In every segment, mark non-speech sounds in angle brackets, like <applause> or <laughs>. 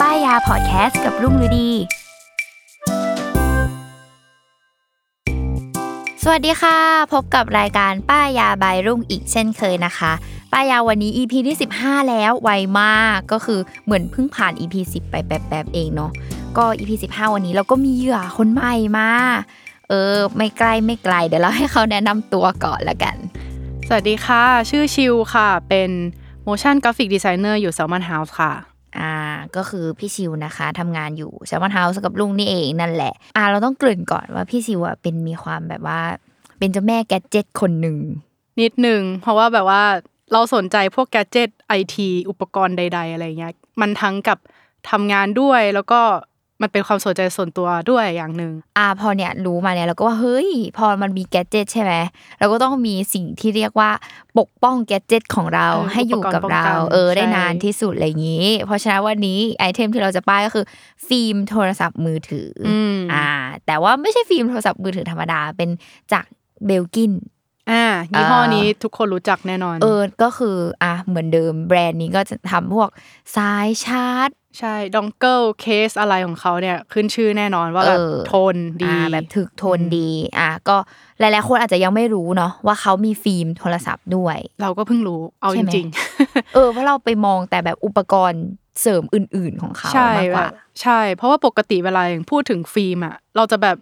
ป้ายยาพอดแคสต์กับรุ่งฤดี สวัสดีค่ะ พบกับรายการป้ายยาบายรุ่งอีกเช่นเคยนะคะ ป้ายยาวันนี้ EP ที่ 15 แล้วไวมากก็คือเหมือนเพิ่งผ่าน EP 10 ไปแป๊บๆเองเนาะก็ EP 15 วันนี้เราก็มีเหยื่อคนใหม่มา เออ ไม่ใกล้ไม่ไกลเดี๋ยวเราให้เขาแนะนำตัวก่อนละกัน สวัสดีค่ะ ชื่อชิวค่ะ เป็น motion graphic designer อยู่ Salmon House ค่ะ อ่าก็คือพี่ชิวนะคะทำงานอยู่แซมมอนเฮาส์กับลุงนี่เองนั่นแหละ อ่าเราต้องเกริ่นก่อนว่าพี่ชิวอะเป็นมีความแบบว่า เป็นเจ้าแม่แกดเจิตคนหนึ่ง นิดหนึ่ง เพราะว่าแบบว่าเราสนใจพวกแกจ g e t ไอทีอุปกรณ์ใด ๆ อะไรเงี้ย มันทั้งกับทำงานด้วยแล้วก็มันเป็นความสนใจส่วนตัวด้วยอย่างหนึ่ง อ่าพอเนี่ยรู้มาเนี่ยเราก็ว่าเฮ้ย พอมันมีแกดเจิตใช่ไหมเราก็ต้องมีสิ่งที่เรียกว่าปกป้องแกดเจิตของเรา เออ ให้อยู่กับ อุปกรณ์ เรา ป้องกัน เออได้ ใช่ นานที่สุดอะไรอย่างนี้ เพราะฉะนั้นวันนี้ไอเทมที่เราจะป้ายก็คือฟิล์มโทรศัพท์มือถืออ อืม อ่า แต่ว่าไม่ใช่ฟิล์มโทรศัพท์มือถือธรรมดาเป็นจากเบลกิน อ่ายี่ห้อนี้ทุกคนรู้จักแน่นอน เออ ก็คืออ่ะเหมือนเดิมแบรนด์นี้ก็จะทำพวกสายชาร์จ ใช่ดองเกิลเคสอะไรของเขาเนี่ยขึ้นชื่อแน่นอนว่าแบบ เออ ทนดี อ่าแบบถึกโทนดี อ่ะก็หลายๆคนอาจจะยังไม่รู้เนาะว่าเขามีฟิล์มโทรศัพท์ด้วย เราก็เพิ่งรู้เอา ใช่ จ ไหม ริง เออเพราะเราไปมองแต่แบบอุปกรณ์เสริมอื่นๆของเขา ๆ ใช่ มากก แบ ว่า บใช่ เพราะว่าปกติเวลาอย่างพูดถึงฟิล์มอะเราจะแบบ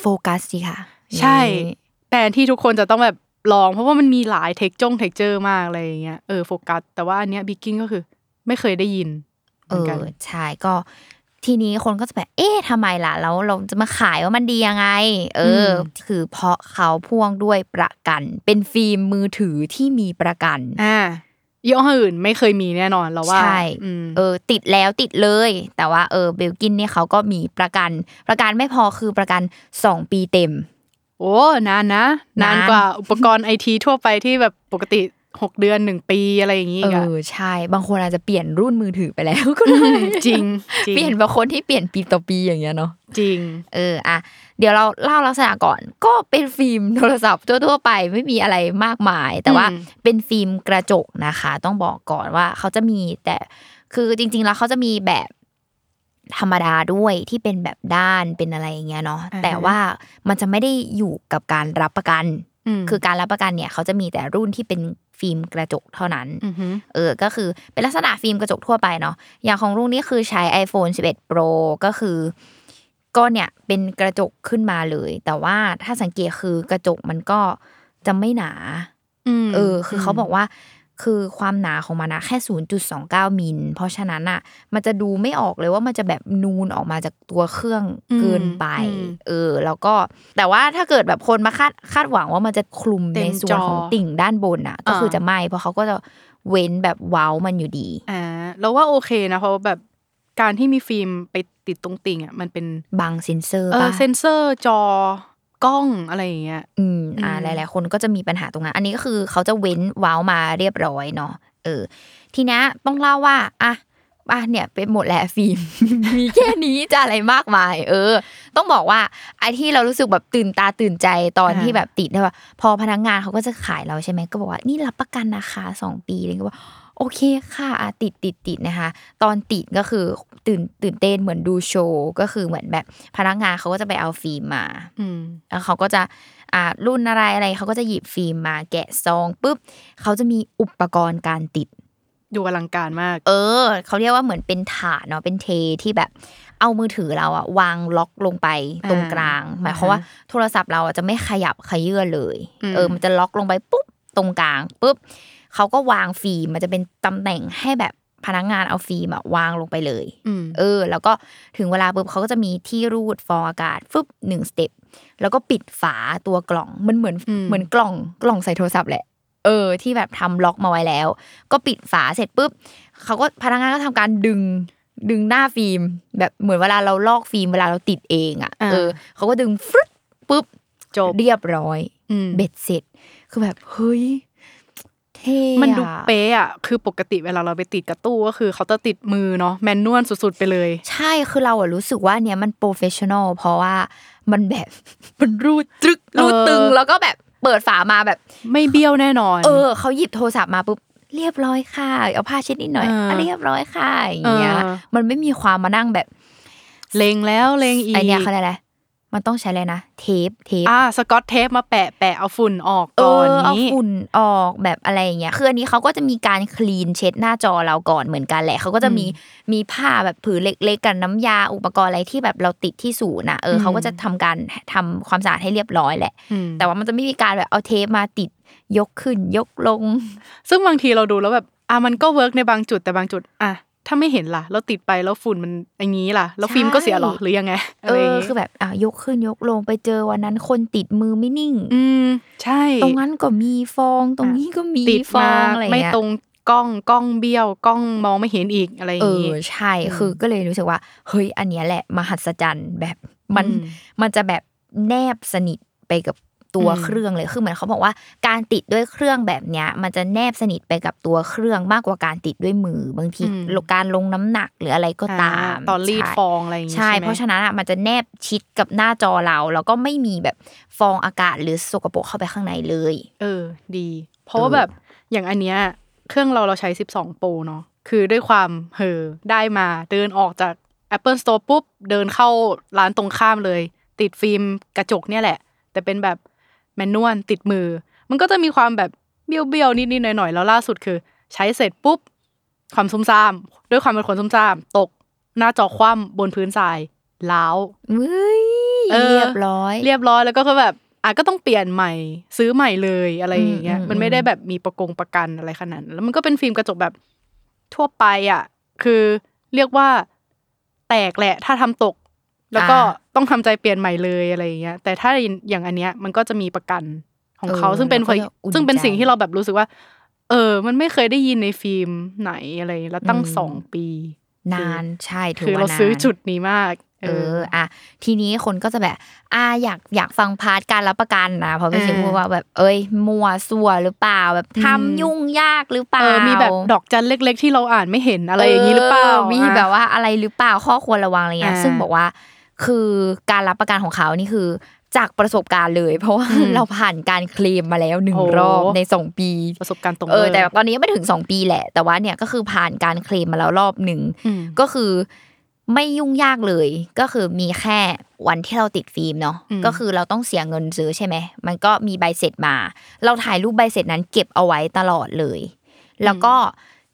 โฟกัสสิค่ะ ใช่ นี่ แบรนด์ที่ทุกคนจะต้องแบบลอง เพราะว่ามันมีหลายเทคจงเทคเจอร์มากอะไรอย่างเงี้ยเออโฟกัส แต่ว่าอันเนี้ยบิกกิ้งก็คือไม่เคยได้ยินเห เอ มือน อ กัน ใช่ก็ทีนี้คนก็จะแบบเอ๊ะทำไมล่ะแล้วเราจะมาขายว่ามันดียังไง เอออคือเพราะเขาพ่วงด้วยประกัน เป็นฟิล์มมือถือที่มีประกัน อ่ายี่ห้ออื่นไม่เคยมีแน่นอนเราว่า ใช่ อืม เออติดแล้วติดเลย แต่ว่าเออเบลกินเนี่ยเขาก็มีประกัน ประกันไม่พอคือประกัน 2 ปีเต็ม โอ้นานนะ นาน นาน กว่าอุปกรณ์ไอทีทั่วไปที่แบบปกติหกเดือนหนึ่งปีอะไรอย่างงี้ เอ อีกอะ อใช่ บางคนอาจจะเปลี่ยนรุ่นมือถือไปแล้วก็ได้ <laughs> จริงจริง เปลี่ยนบางคนที่เปลี่ยนปีต่อปีอย่างเงี้ยเนาะ จริง เอออ่ะเดี๋ยวเราเล่าลักษณะก่อน ก็เป็นฟิล์มโทรศัพท์ทั่วๆไปไม่มีอะไรมากมาย แต่ว่า อืม เป็นฟิล์มกระจกนะคะ ต้องบอกก่อนว่าเขาจะมีแต่คือจริง ๆ แล้วเขาจะมีแบบธรรมดาด้วยที่เป็นแบบด้านเป็นอะไรอย่างเงี้ยเนาะแต่ว่ามันจะไม่ได้อยู่กับการรับประกัน ม คือการรับประกันเนี่ยเขาจะมีแต่รุ่นที่เป็นฟิล์มกระจกเท่านั้น อือหือ เออ ก็คือเป็นลักษณะฟิล์มกระจกทั่วไปเนาะ อย่างของรุ่นนี้คือใช้ iPhone 11 Pro ก็คือ ก็เนี่ยเป็นกระจกขึ้นมาเลย แต่ว่าถ้าสังเกตคือกระจกมันก็จะไม่หนา ม เออ คือเขาบอกว่า คือความหนาของมันนะแค่ 0.29 มิล เพราะฉะนั้นอ่ะ มันจะดูไม่ออกเลยว่ามันจะแบบนูนออกมาจากตัวเครื่องเกินไป อืม เออ แล้วก็ แต่ว่าถ้าเกิดแบบคนมาคาดคาดหวังว่ามันจะคลุม เต็ ใน ม ส่วนของ จอ ติ่งด้านบนอ่ะ ก็คืออา จะไม่ เพราะเขาก็จะเว้นแบบเว้ามันอยู่ดี อ่าเราว่าโอเคนะเพราะว่าแบบการที่มีฟิล์มไปติดตรงติ่งอ่ะมันเป็น บางเซนเซอร์ เออ ป่ะ เซนเซอร์จอกล้องอะไรอย่างเงี้ย อืมอ่า อืม หลาย ๆ คนก็จะมีปัญหาตรงนั้น อันนี้ก็คือเขาจะเว้นเว้าวมาเรียบร้อยเนาะเออ ทีเนี้ยต้องเล่าว่าอ่ะอ่ะเนี่ยเป็นหมดแหละ <laughs> ฟิล์ม มีแค่นี้จะอะไรมากมาย เออ ต้องบอกว่าไอ้ที่เรารู้สึกแบบตื่นตาตื่นใจตอนที่แบบติดเนี่ยว่าพอพนักงานเขาก็จะขายเราใช่ไหมก็บอกว่านี่รับประกันนะคะสองปีเลยก็ว่า โอเคค่ะอ่ะติดติดติดนะคะ ตอนติดก็คือตื่นตื่นเต้นเหมือนดูโชว์ก็คือเหมือนแบบพนักงานเขาก็จะไปเอาฟิล์มมา อืม แล้วเขาก็จะอ่ารุ่นอะไรอะไรเขาก็จะหยิบฟิล์มมาแกะซองปุ๊บเขาจะมีอุปกรณ์การติด ดูอลังการมาก เออเขาเรียกว่าเหมือนเป็นถาดเนาะเป็นเทที่แบบ เอามือถือเราอะวางล็อกลงไปตรง อ่าก ลาง หมายความว่าโทรศัพท์เราอะจะไม่ขยับขยื่นเลย อืม เออ มันจะล็อกลงไปปุ๊บตรงกลางปุ๊บเขาก็วางฟิล์มมันจะเป็นตำแหน่งให้แบบพนักงานเอาฟิล์มอะวางลงไปเลย อืม เออ แล้วก็ถึงเวลาปุ๊บเขาก็จะมีที่รูดฟองอากาศฟึบหนึ่งสเต็ปแล้วก็ปิดฝาตัวกล่องมันเหมือน อืม เหมือนกล่องกล่องใส่โทรศัพท์แหละ เออ ที่แบบทำล็อกมาไว้แล้ว ก็ปิดฝาเสร็จปุ๊บเขาก็พนักงานก็ทำการดึงดึงหน้าฟิล์ม แบบเหมือนเวลาเราลอกฟิล์มเวลาเราติดเองอ่ะ อ่า เออเขาก็ดึงฟรึ๊บปุ๊บ จบ เรียบร้อย อืม เบ็ดเสร็จ คือแบบเฮ้ยเท่อะ มันดูเป๊ะอ่ะคือปกติเวลาเราไปติดกับตู้ก็คือเขาจะติดมือเนาะแมนนวลสุดๆไปเลย ใช่คือเราอะรู้สึกว่าเนี่ยมันโปรเฟชชั่นอลเพราะว่ามันแบบ มันรูดตรึกรูดตึง เออ แล้วก็แบบเปิดฝามาแบบ ไม่เบี้ยวแน่นอน เออเขาหยิบโทรศัพท์มาปุ๊บเรียบร้อยค่ะ เอาผ้าเช็ดนิดหน่อย เออ อ่ะเรียบร้อยค่ะอย่างเงี้ย เออ มันไม่มีความมานั่งแบบ เลงแล้วเลงอีก ไอเนี้ยเขาเรียกอะไร มันต้องใช้อะไรนะ เทป เทป อ่าสกอตเทปมาแปะแปะเอาฝุ่นออก เอ ก่อน อเอา นี้ ฝุ่นออกแบบอะไรอย่างเงี้ย คืออันนี้เขาก็จะมีการคลีนเช็ดหน้าจอเราก่อนเหมือนกันแหละ เขาก็จะมีมีผ้าแบบผืนเล็กๆ กันน้ำยาอุปกรณ์อะไรที่แบบเราติดที่ศูนย์นะเออเขาก็จะทำการทำความสะอาดให้เรียบร้อยแหละ อืม แต่ว่ามันจะไม่มีการแบบเอาเทปมาติดยกขึ้นยกลง ซึ่งบางทีเราดูแล้วแบบอ่ะมันก็เวิร์กในบางจุดแต่บางจุด อ่ะ ถ้าไม่เห็นล่ะ เราติดไปแล้วฝุ่นมันอย่างนี้ล่ะ แล้วฟิล์มก็เสียเหรอ ใช่ หรือยังไง เอ ไรย่า อง งี้ คือแบบอ่ะยกขึ้นยกลงไปเจอวันนั้นคนติดมือไม่นิ่ง อืม ใช่ ตรงนั้นก็มีฟองตรงนี้ก็มี ติด ฟอ มาง อะไรอย่าง ไม่ เงี้ย ตรงกล้องกล้องเบี้ยวกล้องมองไม่เห็นอีกอะไรอ เอย่าง อ งี้ ใช่คือก็เลยรู้สึกว่า เฮ้ยอันเนี้ยแหละมหัศจรรย์แบบมัน อืม มันจะแบบแนบสนิทไปกับตัว อืม เครื่องเลยคือเหมือนเขาบอกว่าการติดด้วยเครื่องแบบเนี้ย มันจะแนบสนิทไปกับตัวเครื่องมากกว่าการติดด้วยมือบางทีการลงน้ำหนักหรืออะไรก็ตาม อ่ตอนรีด ใช่ ฟองอะไรอย่างงี้ ใช่ ใช่ไหม เพราะฉะนั้นอ่ะมันจะแนบชิดกับหน้าจอเราแล้วก็ไม่มีแบบฟองอากาศหรือสกปรกเข้าไปข้างในเลย เออดี เพราะว่าแบบอย่างอันเนี้ยเครื่องเราเราใช้ 12 โปรเนาะคือด้วยความเหอได้มาเดินออกจาก Apple Store ปุ๊บ เดินเข้าร้านตรงข้ามเลย ติดฟิล์มกระจกเนี่ยแหละ แต่เป็นแบบแมนนวลติดมือ มันก็จะมีความแบบเบี้ยวเบี้ยวๆนิดนิดๆหน่อยหน่อยๆ แล้วล่าสุดคือ ใช้เสร็จปุ๊บ ความซุ่มซ่าม ด้วยความเป็นคนซุ่มซ่าม ตกหน้าจอคว่ำบนพื้นทรายล้าว เว้ย เออ เรียบร้อย เรียบร้อยแล้วก็คือแบบอ่ะก็ต้องเปลี่ยนใหม่ซื้อใหม่เลยอะไรอย่างเงี้ย อืมอืม มันไม่ได้แบบมีประกงประกันอะไรขนาดนั้นแล้วมันก็เป็นฟิล์มกระจกแบบทั่วไปอ่ะคือเรียกว่าแตกแหละถ้าทำตก แล้วก็ต้องทำใจเปลี่ยนใหม่เลยอะไรอย่างเงี้ยแต่ถ้าอย่างอันเนี้ยมันก็จะมีประกันของเขา เออ ซึ่งเป็น เราก็จะอุ่น ซึ่งเป็นสิ่ง ใจ ที่เราแบบรู้สึกว่า เออ มันไม่เคยได้ยินในฟิล์มไหนอะไรแล้วตั้งสองปี นานใช่ถือ คือ ว่า เราซื้อน น จุดนี้มาก เอออ่ะทีนี้คนก็จะแบบ อ่าอยากอยากฟังพาร์ทการรับประกันนะเพราะพี่ชิ อ่า พูดว่าแบบเอ้ยมัวสัวหรือเปล่าแบบทำยุ่งยากหรือเป เอ ล่า อมีแบบดอกจันเล็ก ๆ ที่เราอ่านไม่เห็นอะไรอย่างนี้หรือเปล่า มี มี แบบว่าอะไรหรือเปล่าข้อควรระวังอะไรเงี้ย อ่า ซึ่งบอกว่า คือการรับประกันของเขานี่คือจากประสบการณ์เลย <laughs> เพราะว่า อืม เราผ่านการเคลมมาแล้วหนึ่ง โอ้ รอบในสองปี ประสบการณ์ตรง เออ ลย แต่ตอนนี้ยังไม่ถึงสองปีแหละ แต่ว่าเนี่ยก็คือผ่านการเคลมมาแล้วรอบหนึ่ง อืม ก็คือไม่ยุ่งยากเลย ก็คือมีแค่วันที่เราติดฟิล์มเนาะ อืม ก็คือเราต้องเสียเงินซื้อใช่ไหม มันก็มีใบเสร็จมา เราถ่ายรูปใบเสร็จนั้นเก็บเอาไว้ตลอดเลย แล้วก็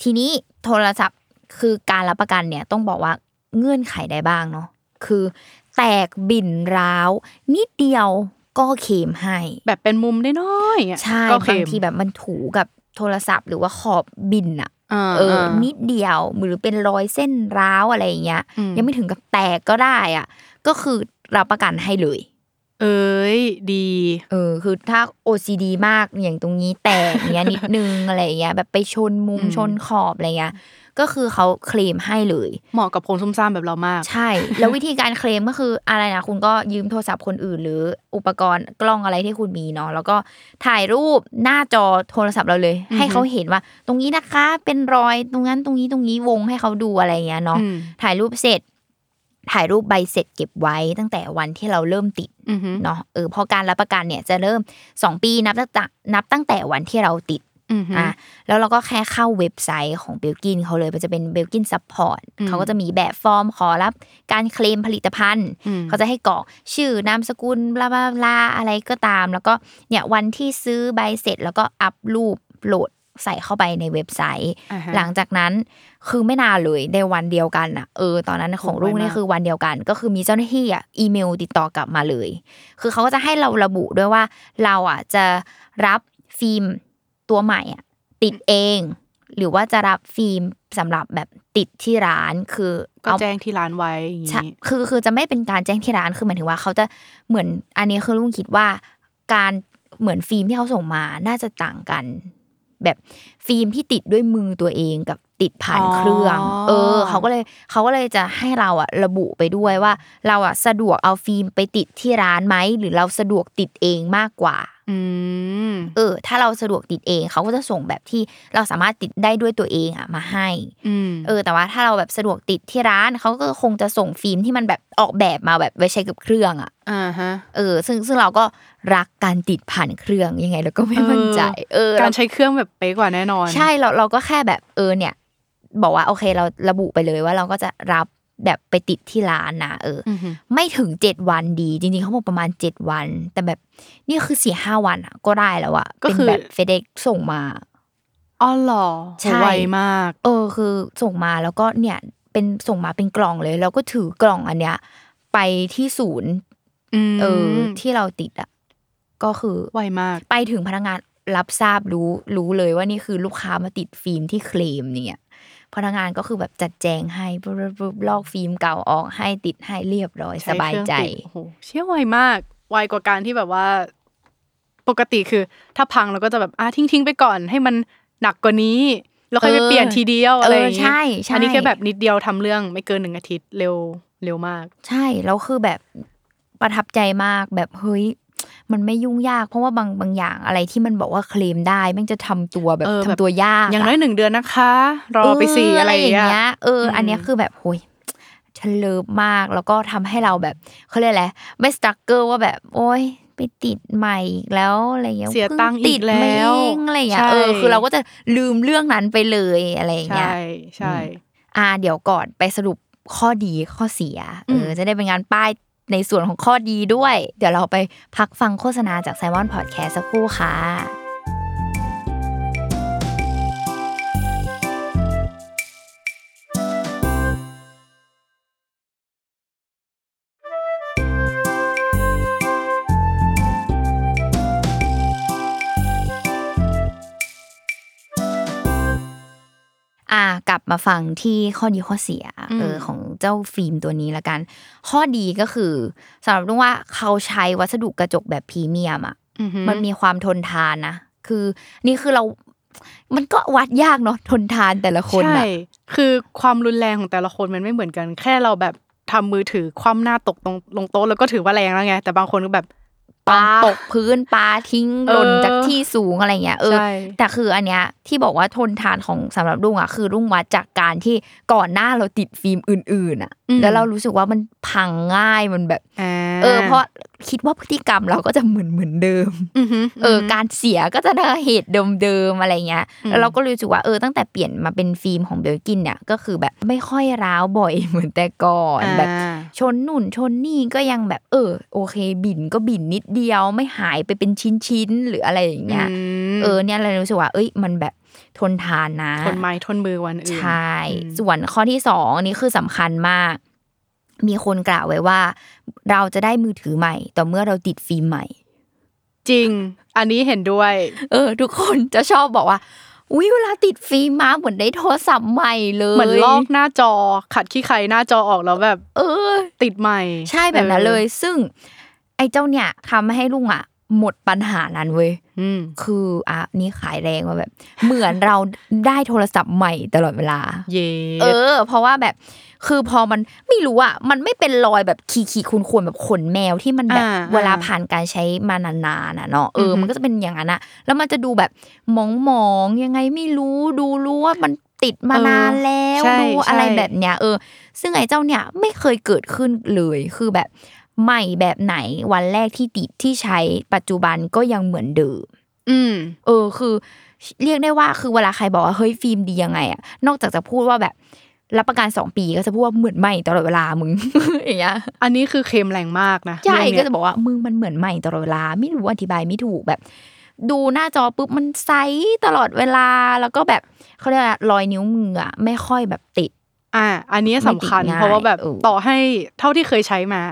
ทีนี้โทรศัพท์คือการรับประกันเนี่ยต้องบอกว่าเงื่อนไขได้บ้างเนาะคือแตกบิ่นร้าว นิดเดียวก็เคลมให้ แบบเป็นมุมน้อยๆอ่ะ ใช่ ก็ บาง เม ทีแบบมันถูกับโทรศัพท์หรือว่าขอบบินอะ า เอออา นิดเดียวหรือเป็นรอยเส้นร้าวอะไรอย่างเงี้ย อืม ยังไม่ถึงกับแตกก็ได้อ่ะ ก็คือรับประกันให้เลย เอ้ยดี เออ คือถ้า OCD มากอย่างตรงนี้แตกอย่างเงี้ยนิดนึง อะไรอย่างเงี้ยแบบไปชนมุม อืม ชนขอบอะไรเงี้ยก็คือเขาเคลมให้เลย เหมาะกับคนซุ่มซ่ามแบบเรามาก ใช่ แล้ววิธีการเคลมก็คืออะไรนะคุณก็ยืมโทรศัพท์คนอื่น หรืออุปกรณ์กล้องอะไรที่คุณมีเนาะแล้วก็ถ่ายรูปหน้าจอโทรศัพท์เราเลย ให้เขาเห็นว่า ตรงนี้นะคะ เป็นรอยตรงนั้นตรงนี้ตรงนี้วงให้เขาดูอะไรอย่างเงี้ยเนาะ อืม ถ่ายรูปเสร็จ ถ่ายรูปใบเสร็จเก็บไว้ตั้งแต่วันที่เราเริ่มติด อือฮึ เนาะเออเพอการรับประกันเนี่ยจะเริ่ม 2 ปีนับตั้งแต่นับตั้งแต่วันที่เราติด อืม อ่ะแล้วเราก็แค่เข้าเว็บไซต์ของเบลกินเขาเลยมันจะเป็นเบลกินซัพพอร์ต อืม เขาก็จะมีแบบฟอร์มขอรับการเคลมผลิตภัณฑ์ อืม เขาจะให้กรอกชื่อนามสกุลบลาบลาบลาอะไรก็ตาม แล้วก็เนี่ยวันที่ซื้อใบเสร็จ แล้วก็อัพรูปโหลดใส่เข้าไปในเว็บไซต์ อ่าฮะ หลังจากนั้นคือไม่นานเลยในวันเดียวกันอ่ะเออตอนนั้นของ โอ้ย ลูกนี่ มาก คือวันเดียวกัน ก็คือมีเจ้าหน้าที่อ่ะอีเมลติดต่อกลับมาเลย คือเขาก็จะให้เราระบุด้วยว่า เราอ่ะจะรับฟิล์มตัวใหม่อ่ะติดเอง หรือว่าจะรับฟิล์มสำหรับแบบติดที่ร้านคือ ก็ เอา แจ้งที่ร้านไว้อย่าง ใช่ นี้ คือคือจะไม่เป็นการแจ้งที่ร้าน คือหมายถึงว่าเขาจะเหมือนอันนี้คือลุงคิดว่า การเหมือนฟิล์มที่เขาส่งมาน่าจะต่างกัน แบบฟิล์มที่ติดด้วยมือตัวเองกับติดผ่าน อ๋อ เครื่อง เออเขาก็เลยเขาก็เลยจะให้เราอะระบุไปด้วยว่า เราอะสะดวกเอาฟิล์มไปติดที่ร้านไหมหรือเราสะดวกติดเองมากกว่า อืม เออ ถ้าเราสะดวกติดเองเขาก็จะส่งแบบที่เราสามารถติดได้ด้วยตัวเองอะมาให้ อืม เออแต่ว่าถ้าเราแบบสะดวกติดที่ร้านเขาก็คงจะส่งฟิล์มที่มันแบบออกแบบมาแบบไว้ใช้กับเครื่องอ่ะ อ่าฮะ เออซึ่งซึ่งเราก็รักการติดผ่านเครื่องยังไงเราก็ไม่มั่นใจ เออ การ เรา ใช้เครื่องแบบเป๊ะกว่าแน่นอน ใช่เราเราก็แค่แบบเออเนี่ย บอกว่าโอเคเราระบุไปเลยว่าเราก็จะรับแบบไปติดที่ร้านนะเอออ อฮึ ไม่ถึงเจ็ดวันดีจริงๆเขาบอกประมาณเจ็ดวัน แต่แบบนี่คือสี่ห้าวันอะก็ได้แล้วอะเป็นแบบเฟเด็กส่งมา อ๋อเหรอ ใช่ ไวมาก เออคือส่งมาแล้วก็เนี่ยเป็นส่งมาเป็นกล่องเลย แล้วก็ถือกล่องอันเนี้ย ไปที่ศูนย์ อืม เอออที่เราติดอ่ะก็คือ ไวมาก ไปถึงพนักงานรับทราบรู้รู้เลยว่านี่คือลูกค้ามาติดฟิล์มที่เคลมเนี่ยพนักงานก็คือแบบจัดแจงให้ปุ๊บปุ๊บปุ๊บลอกฟิล์มเก่าออกให้ติดให้เรียบร้อยส ช้ บาย เครื่อง ใจ ติดโอ้โหเชี่ยไวมาก ไวกว่าการที่แบบว่า ปกติคือ ถ้าพังเราก็จะแบบอ่ะทิ้งทิ้งๆไปก่อน ให้มันหนักกว่านี้ แล้วค่อยไป เออ เปลี่ยนทีเดียวอะไรอย่างงี้ เออใช่ใช่ อันนี้แค่แบบนิดเดียวทำเรื่องไม่เกินหนึ่งอาทิตย์เร็วเร็วมาก ใช่แล้วคือแบบประทับใจมากแบบเฮ้ยมันไม่ยุ่งยาก เพราะว่าบางบางอย่างอะไรที่มันบอกว่าเคลมได้แม่งจะทำตัวแบบ เออ ทำ แบบ ตัวยาก อย่าง อะ น้อยหนึ่งเดือนนะคะ รอไปสี่อะไรอย่างเงี้ย เออ อันเนี้ยคือแบบโหยฉันเลิฟมาก แล้วก็ทำให้เราแบบเขาเรียกอะไร ไม่สตรัคเกอร์ว่าแบบ โอ๊ย ไปติดใหม่อีกแล้วอะไรเงี้ย เสีย พิ่ ตังค์อีก ติดมา แล้ว เองอะไรเงี้ย ใช่ เออ คือเราก็จะลืมเรื่องนั้นไปเลยอะไรอย่างเงี้ย ใช่ใช่ อ่า เดี๋ยวก่อนไปสรุปข้อดีข้อเสีย เออ จะได้เป็นงานป้ายในส่วนของข้อดีด้วย เดี๋ยวเราไปพักฟังโฆษณาจากไซมอนพอดแคสสักครู่ค่ะ อ่ากลับมาฟังที่ข้อดีข้อเสียเออของเจ้าฟิล์มตัวนี้ละกัน ข้อดีก็คือสำหรับรุ่งว่าเขาใช้วัสดุกระจกแบบพรีเมียมอ่ะ อือฮึ มันมีความทนทานนะ คือนี่คือเรา มันก็วัดยากเนาะทนทานแต่ละคนอ่ะ ใช่ คือความรุนแรงของแต่ละคนมันไม่เหมือนกัน แค่เราแบบทำมือถือคว่ำหน้าตกตรงลงโต๊ะแล้วก็ถือว่าแรงแล้วไง แต่บางคนก็แบบ ปาตกพื้นปลาทิ้งห เออ ล่นจากที่สูงอะไรเงี้ยเออ ใช่ แต่คืออันเนี้ยที่บอกว่าทนทานของสำหรับรุ่งอ่ะคือรุ่งวัดจากการที่ก่อนหน้าเราติดฟิล์มอื่นๆอ่ะ แล้วเรารู้สึกว่ามันพังง่ายมันแบบ อ่า เออเพราะคิดว่าพฤติกรรมเราก็จะเหมือนเหมือนเดิม อือฮึ เออ การเสียก็จะได้เหตุเดิมๆอะไรเงี้ยแล้วเราก็รู้สึกว่าเออตั้งแต่เปลี่ยนมาเป็นฟิล์มของเบลกินเนี่ยก็คือแบบไม่ค่อยร้าวบ่อย เหมือนแต่ก่อน อ่า แบบชนนุ่นชนนี่ก็ยังแบบ เออ โอเค บินก็บินนิดเดียวไม่หายไปเป็นชิ้นๆหรืออะไรอย่างเงี้ย อืม เออเนี่ยเรารู้สึกว่าเอ้ยมันแบบทนทานนะ ทนไม้ทนมือวันอื่น ใช่ ส่วนข้อที่สองอันนี้คือสำคัญมาก มีคนกล่าวไว้ว่า เราจะได้มือถือใหม่ ต่อเมื่อเราติดฟิล์มใหม่ จริง อันนี้เห็นด้วย เออ ทุกคนจะชอบบอกว่า อุ้ยเวลาติดฟิล์มมาเหมือนได้โทรศัพท์ใหม่เลย เหมือนลอกหน้าจอ ขัดขี้ใครหน้าจอออกแล้วแบบ เออ ติดใหม่ ใช่แบบนั้นเลย ออ ซึ่ง ไอ้เจ้าเนี่ยทำให้ลุงอ่ะ หมดปัญหานั้นเว้ย อืม คืออ่ะนี่ขายแรงว่าแบบ เหมือนเราได้โทรศัพท์ใหม่ตลอดเวลา เย่ เออ เพราะว่าแบบ คือพอมันไม่รู้อ่ะ มันไม่เป็นรอยแบบขีดขีดๆควรๆแบบขนแมวที่มันแบบ อ่า เวลาผ่านการใช้มานานๆน่ะเนาะเอออ มันก็จะเป็นอย่างนั้นอะแล้วมันจะดูแบบมองมองๆยังไงไม่รู้ดูรู้ว่ามันติดมา เออน านแล้ว ใช่ ดูอะไร ใช่ แบบเนี้ยเออ ซึ่งไอ้เจ้าเนี่ยไม่เคยเกิดขึ้นเลยคือแบบใหม่แบบไหนวันแรกที่ติดที่ใช้ปัจจุบันก็ยังเหมือนเดิม อืม เออคือเรียกได้ว่าคือเวลาใครบอกว่าเฮ้ยฟิล์มดียังไงอะนอกจากจะพูดว่าแบบรับประกันสองปีก็จะพูดว่าเหมือนใหม่ตลอดเวลามึง <laughs> อย่างเงี้ย อันนี้คือเค็มแรงมากนะ ใช่ก็เรื่องเนี้ย จะบอกว่ามึงมันเหมือนใหม่ตลอดเวลาไม่รู้อธิบายไม่ถูกแบบ ดูหน้าจอปุ๊บมันใสตลอดเวลาแล้วก็แบบเขาเรียกอะไรรอยนิ้วมืออะไม่ค่อยแบบติด อ่า อันนี้สำคัญ ไม่ติดง่าย เพราะว่าแบบ เออ ต่อให้เท่าที่เคยใช้มา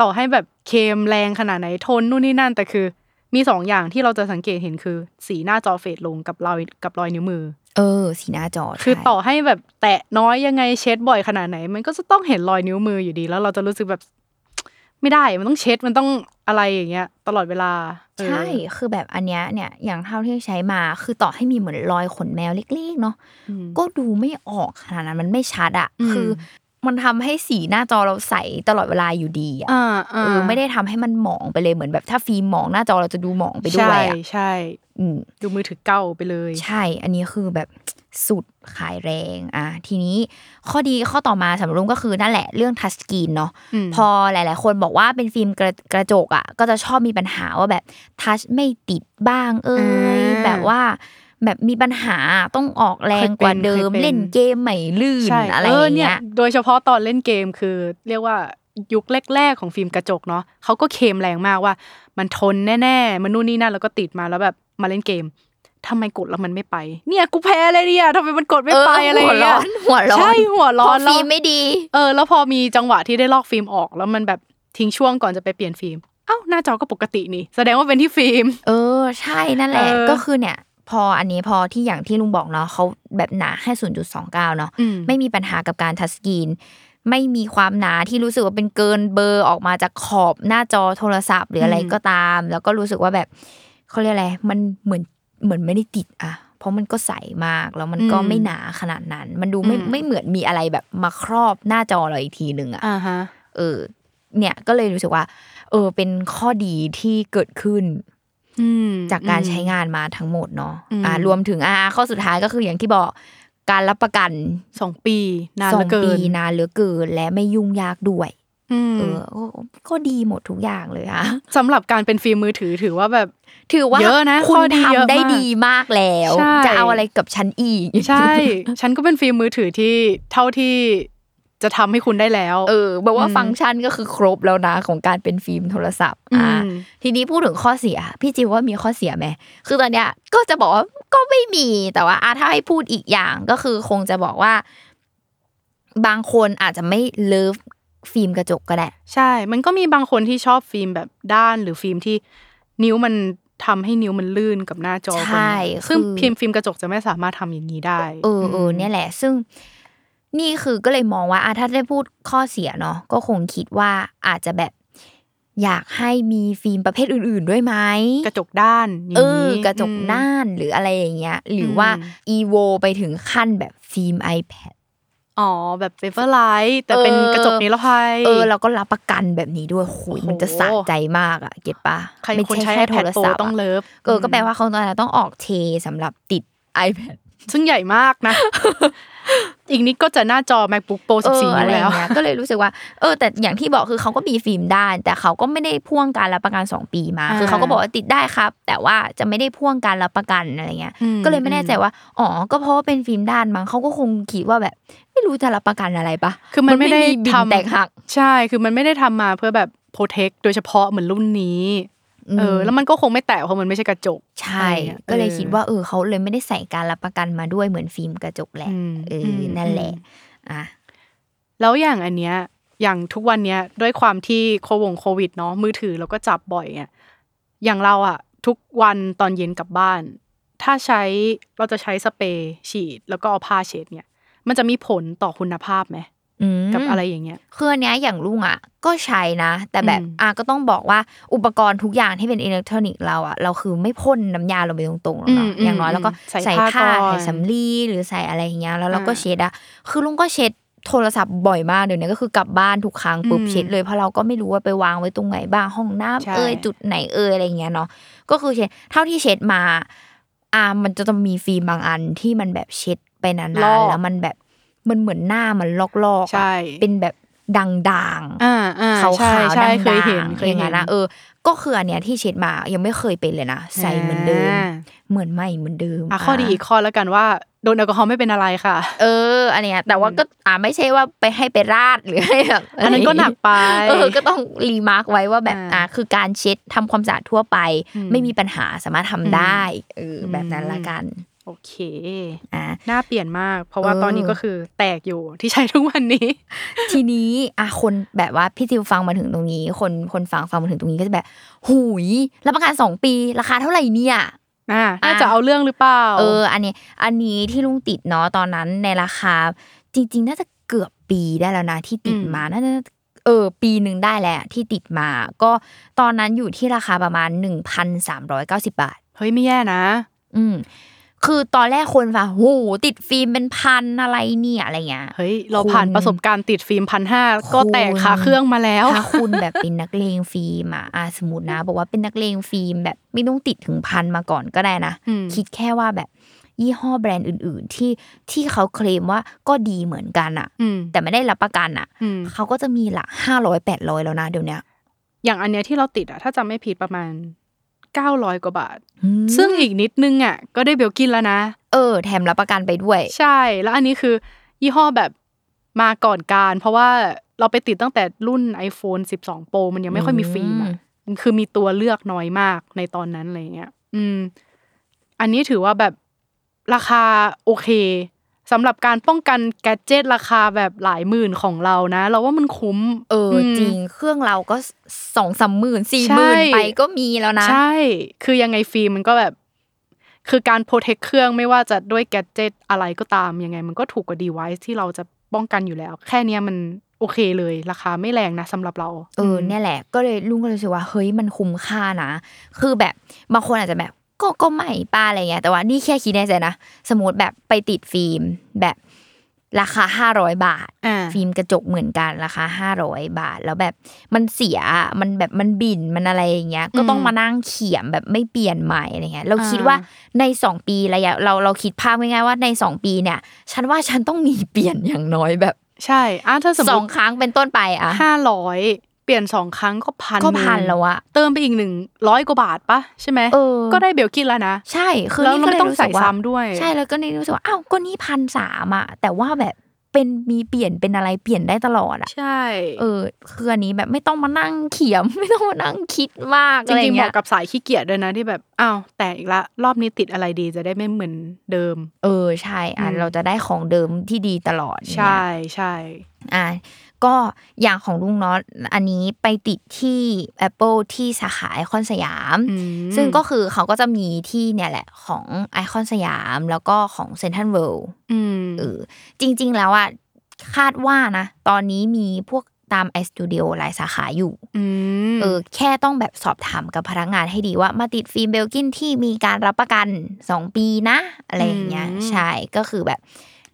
ต่อให้แบบเค็มแรงขนาดไหนทนนู่นนี่นั่น แต่คือ มีสองอย่างที่เราจะสังเกตเห็นคือ สีหน้าจอเฟดลงกับรอยกับรอยนิ้วมือ เออ สีหน้าจอ คือ ใช่ ต่อให้แบบแตะน้อยยังไงเช็ดบ่อยขนาดไหน มันก็จะต้องเห็นรอยนิ้วมืออยู่ดี แล้วเราจะรู้สึกแบบ ไม่ได้มันต้องเช็ดมันต้องอะไรอย่างเงี้ย ตลอดเวลาเออ ใช่ คือแบบอันเนี้ยเนี่ย อย่างเท่าที่ใช้มา คือต่อให้มีเหมือนรอยขนแมวเล็กๆ เนาะ อืม ก็ดูไม่ออกขนาดนั้น มันไม่ชัดอะ อืม คือมันทำให้สีหน้าจอเราใสตลอดเวลาอยู่ดีอะ อ่า เอ อ่า อไม่ได้ทำให้มันหมองไปเลย เหมือนแบบถ้าฟิล์มหมองหน้าจอเราจะดูหมองไปด้วย ใช่ อะ ใช่ อืม ดูมือถือเก่าไปเลย ใช่ อันนี้คือแบบ สุดขายแรง อ่ะ ทีนี้ข้อดีข้อต่อมาสำหรับรุ่งก็คือนั่นแหละเรื่องทัชสกรีนเนาะ อืม พอหลาย ๆ คนบอกว่าเป็นฟิล์มกระกระจกอ่ะ ก็จะชอบมีปัญหาว่าแบบทัชไม่ติดบ้างเอ้ย อ่า แบบว่า แบบมีปัญหาต้องออกแรงกว่าเดิม เคยเป็นเคยเป็น เล่นเกมไม่ลื่น ใช่ อะไร เอ อ อย่าง เนี่ เงี้ ย ย โดยเฉพาะตอนเล่นเกมคือ เรียกว่ายุคแรก ๆ ของฟิล์มกระจกเนาะเขาก็เคลมแรงมากว่า มันทนแน่ๆ มันนู่นนี่นั่นแล้วก็ติดมาแล้วแบบมาเล่นเกมทำไมกดแล้วมันไม่ไป เนี่ยกูแพ้เลยเนี่ยทำไมมันกดไม่เออไปอ อะไรอย่างเงี้ย หัวร้อนหัวร้อน ใช่หัวร้อน เพราะฟิล์มไม่ดี เออแล้วพอมีจังหวะที่ได้ลอกฟิล์มออก แล้วมันแบบทิ้งช่วงก่อนจะไปเปลี่ยนฟิล์มเอ้าหน้าจอก็ปกตินี่ แสดงว่าเป็นที่ฟิล์ม เออ ใช่นั่นแหละ เออ ก็คือเนี่ย พออันนี้พอที่อย่างที่ลุงบอกเนาะเขาแบบหนาแค่0.29เนาะ อืม ไม่มีปัญหากับการทัชสกรีน ไม่มีความหนาที่รู้สึกว่าเป็นเกินเบอร์ออกมาจากขอบหน้าจอโทรศัพท์หรืออะไร อืม ก็ตาม แล้วก็รู้สึกว่าแบบเขาเรียกอะไรมันเหมือนเหมือนไม่ได้ติดอะเพราะมันก็ใสมากแล้วมันก็ไม่หนาขนาดนั้น มันดูไม่ไม่เหมือนมีอะไรแบบมาครอบหน้าจอเราอีกทีหนึ่งอะ อ่าฮะ เออเนี่ยก็เลยรู้สึกว่า เออ เป็นข้อดีที่เกิดขึ้น อืม จากการใช้ อืม งานมาทั้งหมดเนาะ อืม อ่ารวมถึงอ่าข้อสุดท้ายก็คืออย่างที่บอกการรับประกัน สองปีนาน สอเหลื ง อเกิ ปี น นานเหลือเกินและไม่ยุ่งยากด้วย อืม เออโอ้ก็ดีหมดทุกอย่างเลยอะ สำหรับการเป็นฟิล์มมือถือถือว่าแบบ ถือว่า เยอะนะ คุ ข้ ณ อดีเยอะมาก ทำได้ดีมากแล้ว ใช่ จะเอาอะไรกับฉันอีก ใช่ ฉันก็เป็นฟิล์มมือถือที่เท่าที่จะทำให้คุณได้แล้ว เออแบบว่า อืม ฟังก์ชันก็คือครบแล้วนะของการเป็นฟิล์มโทรศัพท์ อืม อ่าทีนี้พูดถึงข้อเสีย พี่จิวว่ามีข้อเสียไหมคือตอนเนี้ยก็จะบอกว่าก็ไม่มีแต่ว่าอ่ะถ้าให้พูดอีกอย่างก็คือคงจะบอกว่า บางคนอาจจะไม่เลิฟฟิล์มกระจกก็ได้ ใช่ มันก็มีบางคนที่ชอบฟิล์มแบบด้านหรือฟิล์มที่นิ้วมันทำให้นิ้วมันลื่นกับหน้าจอ ใช่ ซึ่ง คือ พิมพ์ฟิล์มกระจกจะไม่สามารถทำอย่างนี้ได้ เออเออเนี่ยแหละ ซึ่งนี่คือก็เลยมองว่าอ่ะถ้าได้พูดข้อเสียเนาะก็คงคิดว่าอาจจะแบบ อยากให้มีฟิล์มประเภทอื่น ๆ ด้วยไหม กระจกด้านย่าง เออ นี้ กระจก อืม น่านหรืออะไรอย่างเงี้ย หรืออ ม ว่าอีโวไปถึงขั้นแบบฟิล์ม iPad อ๋อแบบเปเปอร์ไลท์แต่เป็น เออ กระจกนิรภัย เออเราก็รับประกันแบบนี้ด้วยโอ้ยมันจะสะใจมากอะเก็ตปะ ใคร ไม่ คน ใช่ ใช้ แค่โท iPad ร โต ศัพท์ ต้อง อะ เลิฟ เออก็แปลว่าเขาตอนนั้นต้องออกเทสำหรับติด iPad ซึ่งใหญ่มากนะ <laughs> อีกนิดก็จะหน้าจอ MacBook Pro เออ 14นิ้ อะ ว ไรอ แล้ว ย่างเงี้ยก็ <laughs> เลยรู้สึกว่า เออ แต่อย่างที่บอกคือเขาก็มีฟิล์มด้าน แต่เขาก็ไม่ได้พ่วงการรับประกัน 2 ปีมา อ่า คือเขาก็บอกว่าติดได้ครับ แต่ว่าจะไม่ได้พ่วงการรับประกันอะไรเงี้ย อืม ก็เลยไม่แน่ใจว่า อ๋อ ก็เพราะว่าเป็นฟิล์มด้านมั้งเขาก็คงคิดว่าแบบ ไม่รู้จะรับประกันอะไรปะ คือมันไม่ได้ บิน ทำ แตกหัก ใช่คือมันไม่ได้ทำมาเพื่อแบบโปรเทคโดยเฉพาะเหมือนรุ่นนี้ เออ แล้วมันก็คงไม่แตกเพราะมันไม่ใช่กระจก ใช่ อะไรเงี้ย ก็เลยคิด เออ ว่าเออเขาเลยไม่ได้ใส่การรับประกันมาด้วยเหมือนฟิล์มกระจกแหละ อืม เอออ ม นั่นแหละอ่ะ แล้วอย่างอันเนี้ยอย่างทุกวันเนี้ยด้วยความที่โควงโควิดเนาะมือถือเราก็จับบ่อยอ่ะอย่างเราอ่ะ ทุกวันตอนเย็นกลับบ้าน ถ้าใช้เราจะใช้สเปรย์ฉีด แล้วก็เอาผ้าเช็ดเนี่ย มันจะมีผลต่อคุณภาพไหม อืม กับอะไรอย่างเงี้ย คืออันเนี้ยอย่างลุงอ่ะก็ใช้นะ แต่แบบ อืม อ่ะก็ต้องบอกว่าอุปกรณ์ทุกอย่างที่เป็นอิเล็กทรอนิกส์เราอ่ะเราคือไม่พ่นน้ำยาลงไปตรงๆหรอกเนาะอย่างน้อยเราก็ ใส่ ใส่ ผ้า ผ้า ก่อน ใส่สำลีหรือใส่อะไรอย่างเงี้ยแล้วเราก็ อ่า เช็ดอะคือลุงก็เช็ดโทรศัพท์บ่อยมากเดี๋ยวนี้ก็คือกลับบ้านทุกครั้งปุ๊บ อืม เช็ดเลยเพราะเราก็ไม่รู้ว่าไปวางไว้ตรงไหนบ้างห้องน้ำ ใช่ เอ่ยจุดไหนเอ่ยอะไรอย่างเงี้ยเนาะก็คือเช็ดเท่าที่เช็ดมาอ่ะมันจะต้องมีฟิล์มบางอันที่มันแบบเช็ดไปนานๆแล้วมันแบบมันเหมือนหน้ามันลอกๆอะ ใช่ เป็นแบบด่างๆ อ่าอ่า ขาว ใช่ ๆ ใช่ ด่าง เคยเห็น ๆ เคย อย่าง เห็ นั้น นนะเออ ก็คืออันเนี้ยที่เช็ดมายังไม่เคยเป็นเลยนะใส่เหมือนเดิม อ่า เหมือนใหม่เหมือนเดิม อ่ะข้อดีอีกข้อแล้วกันว่าโดนแอลกอฮอล์ไม่เป็นอะไรค่ะ เออ อันเนี้ยแต่ว่าก็อ่าไม่ใช่ว่าไปให้ไปราดหรือให้แบบ อันนั้นก็หนักไป เออก็ต้องรีมาร์กไว้ว่าแบบ อ่า อ่าคือการเช็ดทำความสะอาดทั่วไป อืม ไม่มีปัญหาสามารถทำได้เอออ ม แบบนั้นละกัน โอเค อ่า น่าเปลี่ยนมาก เพราะว่า เออ ตอนนี้ก็คือแตกอยู่ที่ใช้ทุกวันนี้ ทีนี้อ่ะคนแบบว่าพี่ติวฟังมาถึงตรงนี้ คนคนฟังฟังมาถึงตรงนี้ก็จะแบบ หูยรับประกันสองปีราคาเท่าไหร่เนี่ย อ่าน่าจะเอาเรื่องหรือเปล่า เออ อันนี้อันนี้ที่ลุงติดเนาะตอนนั้นในราคา จริง ๆ น่าจะเกือบปีได้แล้วนะที่ติดมาน่าจะเออ ปีหนึ่งได้แหละที่ติดมา ก็ตอนนั้นอยู่ที่ราคาประมาณ 1,390 บาท เฮ้ยไม่แย่นะ อืมคือตอนแรกคนว่าโหติดฟิล์มเป็นพันอะไรเนี่ยอะไรเงี้ย เฮ้ย เรา คุณ ผ่านประสบการณ์ติดฟิล์มพันห้าก็แตก คุณ ขาเครื่องมาแล้ว ถ้าคุณแบบเป็นนักเลงฟิล์มอะอ่ะสมมตินะ บอกว่าเป็นนักเลงฟิล์มแบบไม่ต้องติดถึงพันมาก่อนก็ได้นะ อืม คิดแค่ว่าแบบยี่ห้อแบรนด์อื่น ๆ ที่ที่เขาเคลมว่าก็ดีเหมือนกันอะ อืม แต่ไม่ได้รับประกันอะ อืม เขาก็จะมีหลักห้าร้อยแปดร้อยแล้วนะเดี๋ยวเนี้ย อย่างอันเนี้ยที่เราติดอะถ้าจำไม่ผิดประมาณ 900 กว่าบาท อืม ซึ่งอีกนิดนึงอะก็ได้เบลกินแล้วนะ เออ แถมรับประกันไปด้วย ใช่ แล้วอันนี้คือยี่ห้อแบบมาก่อนการ เพราะว่าเราไปติดตั้งแต่รุ่น iPhone 12 Pro มันยังไม่ค่อยมีฟิล์มอะมันคือมีตัวเลือกน้อยมากในตอนนั้นอะไรเงี้ย อืม อันนี้ถือว่าแบบราคาโอเคสำหรับการป้องกันแกดเจิตราคาแบบหลายหมื่นของเรานะ เราว่ามันคุ้ม เอออ ม จริงเครื่องเราก็สองสามหมื่นสี่ ใช่ หมื่นไปก็มีแล้วนะ ใช่ คือยังไงฟิล์มมันก็แบบ คือการโปรเทคเครื่องไม่ว่าจะด้วยแกดเจิตอะไรก็ตามยังไง มันก็ถูกกว่าดีไวซ์ที่เราจะป้องกันอยู่แล้ว แค่เนี้ยมันโอเคเลยราคาไม่แรงนะสำหรับเรา เออ ม เนี่ยแหละก็เลยลุงก็เลยรู้สึกว่าเฮ้ยมันคุ้มค่านะ คือแบบบางคนอาจจะแบบก็ก็ไม่ป้าอะไรเงี้ยแต่ว่านี่แค่คิดในใจนะ สมมติแบบไปติดฟิล์มแบบราคาห้าร้อยบาท อ่า ฟิล์มกระจกเหมือนกันราคาห้าร้อยบาท แล้วแบบมันเสียมันแบบมันบินมันอะไรอย่างเงี้ยก็ต้องมานั่งเขียมแบบไม่เปลี่ยนใหม่อะไรเงี้ยเราคิดว่าในสองปีระยะเราเราคิดภาพง่ายๆว่าในสองปีเนี่ย ฉันว่าฉันต้องมีเปลี่ยนอย่างน้อยแบบ ใช่อ่ะถ้าสม ส ม อง ติ ครั้งเป็นต้นไปอะ ห้าร้อยเปลี่ยนสองครั้งก็พัน ก็พันแล้วอะ เติมไปอีกหนึ่งร้อยกว่าบาทปะใช่ไหม เออ ก็ได้เบลกินแล้วนะ ใช่ คือ แล้ว นี่ เรา ก็ ไม่ เลย ต้อง รู้สึกว่า ใส่ซ้ำด้วย ใช่ แล้วก็นี่รู้สึกว่า อ้าว ก็นี่พันสามอะแต่ว่าแบบเป็นมีเปลี่ยนเป็นอะไรเปลี่ยนได้ตลอดอะ ใช่ เออ คืออันนี้แบบไม่ต้องมานั่งเขียม <laughs> ไม่ต้องมานั่งคิดมาก จ อะไร ริงๆเห เงี้ มาะ ย กับสายขี้เกียจด้วยนะที่แบบอ้าวแต่อีกละรอบนี้ติดอะไรดีจะได้ไม่เหมือนเดิม เออ ใช่ อ่ะ อืม เราจะได้ของเดิมที่ดีตลอดอย่างเงี้ย ใช่ใช่ อ่าก็อย่างของลุงเนาะอันนี้ไปติดที่ Apple ที่สาขาไอคอนสยาม อืม ซึ่งก็คือเขาก็จะมีที่เนี่ยแหละของไอคอนสยาม แล้วก็ของเซ n นทรัลเวิลด์ อืม เออจริง ๆ แล้วอ่ะคาดว่านะ ตอนนี้มีพวกตามไอสตูดิโอหลายสาขาอยู่ อืม เออแค่ต้องแบบสอบถามกับพนักงานให้ดีว่ามาติดฟิล์มเบลกินที่มีการรับประกัน 2 ปีนะ อะไรอย่างเงี้ย อืม ใช่ก็คือแบบ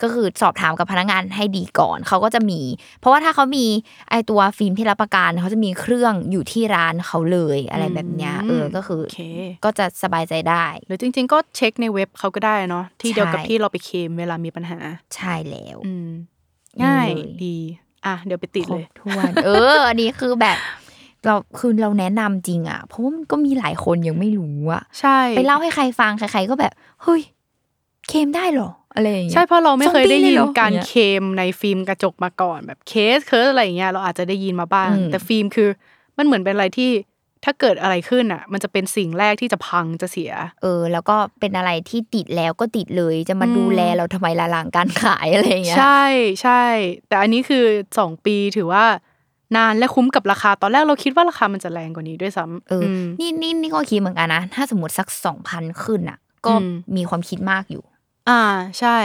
ก็คือสอบถามกับพนักงานให้ดีก่อนเขาก็จะมี เพราะว่าถ้าเขามีไอตัวฟิล์มที่รับประกันเขาจะมีเครื่องอยู่ที่ร้านเขาเลยอะไรแบบเนี้ยเออก็คือ โอเค ก็จะสบายใจได้ หรือจริง ๆ ก็เช็คในเว็บเขาก็ได้เนาะที่เดียวกับ ใช่ ที่เราไปเคลมเวลามีปัญหา ใช่แล้ว อืม ง่าย เลย ดี อ่ะ เดี๋ยวไปติด คร เล บ ย ถ้วนเอออันนี้คือแบบเราคือเราแนะนำจริงอ่ะเพราะว่ามันก็มีหลายคนยังไม่รู้อะ ใช่ ไปเล่าให้ใครฟัง ใครๆก็แบบ เฮ้ย เคมได้เหรอ อะไรอย่างเงี้ย ใช่เพราะเราไม่เคยได้สองปียินเลเหอ การ อย่ง เค เงี้ย ลมในฟิล์มกระจกมาก่อนแบบเคสเคสอะไรอย่างเงี้ยเราอาจจะได้ยินมาบ้าง อืม แต่ฟิล์มคือมันเหมือนเป็นอะไรที่ถ้าเกิดอะไรขึ้นอ่ะ มันจะเป็นสิ่งแรกที่จะพังจะเสีย เออ แล้วก็เป็นอะไรที่ติดแล้วก็ติดเลย จะมาดูแลเราทำไมละหลังการขายอะไรอย่างเงี้ย ใช่ใช่ แต่อันนี้คือสองปีถือว่านานและคุ้มกับราคาตอนแรกเราคิดว่าราคามันจะแรงกว่านี้ด้วยซ้ำ เอออ ม นี่นี่นี่ก็คิดเหมือนกันนะ ถ้าสมมติสักสองพันขึ้นอ่ะ ก็ อืม มีความคิดมากอยู่ อ่าใช่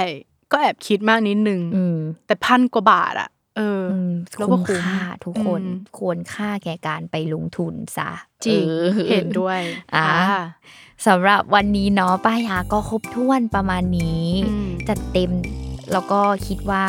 ก็แอบคิดมากนิดนึง อืม แต่พันกว่าบาทอ่ะ เอออ อืม แล้วก็ คุ้ม คุ้ม ค่าทุกคน อืม ควรค่าแก่การไปลงทุนซะ จริง ออ เห็นด้วย อ่า สำหรับวันนี้เนาะป้ายาก็ครบถ้วนประมาณนี้ อืม จัดเต็มแล้วก็คิดว่า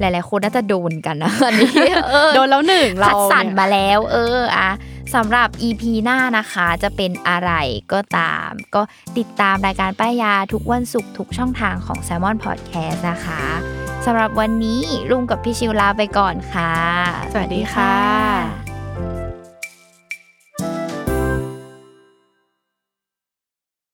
หลาย ๆ คนน่าจะโดนกัน <laughs> นะอันนี้เออ โดนแล้วหนึ่งเรา คัดสรร เนี่ย มาแล้ว เอออะสำหรับ EP หน้านะคะจะเป็นอะไรก็ตาม ก็ติดตามรายการป้ายาทุกวันศุกร์ทุกช่องทางของ s ซ l m o n Podcast นะคะสำหรับวันนี้ลุงกับพี่ชิวลาไปก่อนค่ะ สวัสดีค่ะ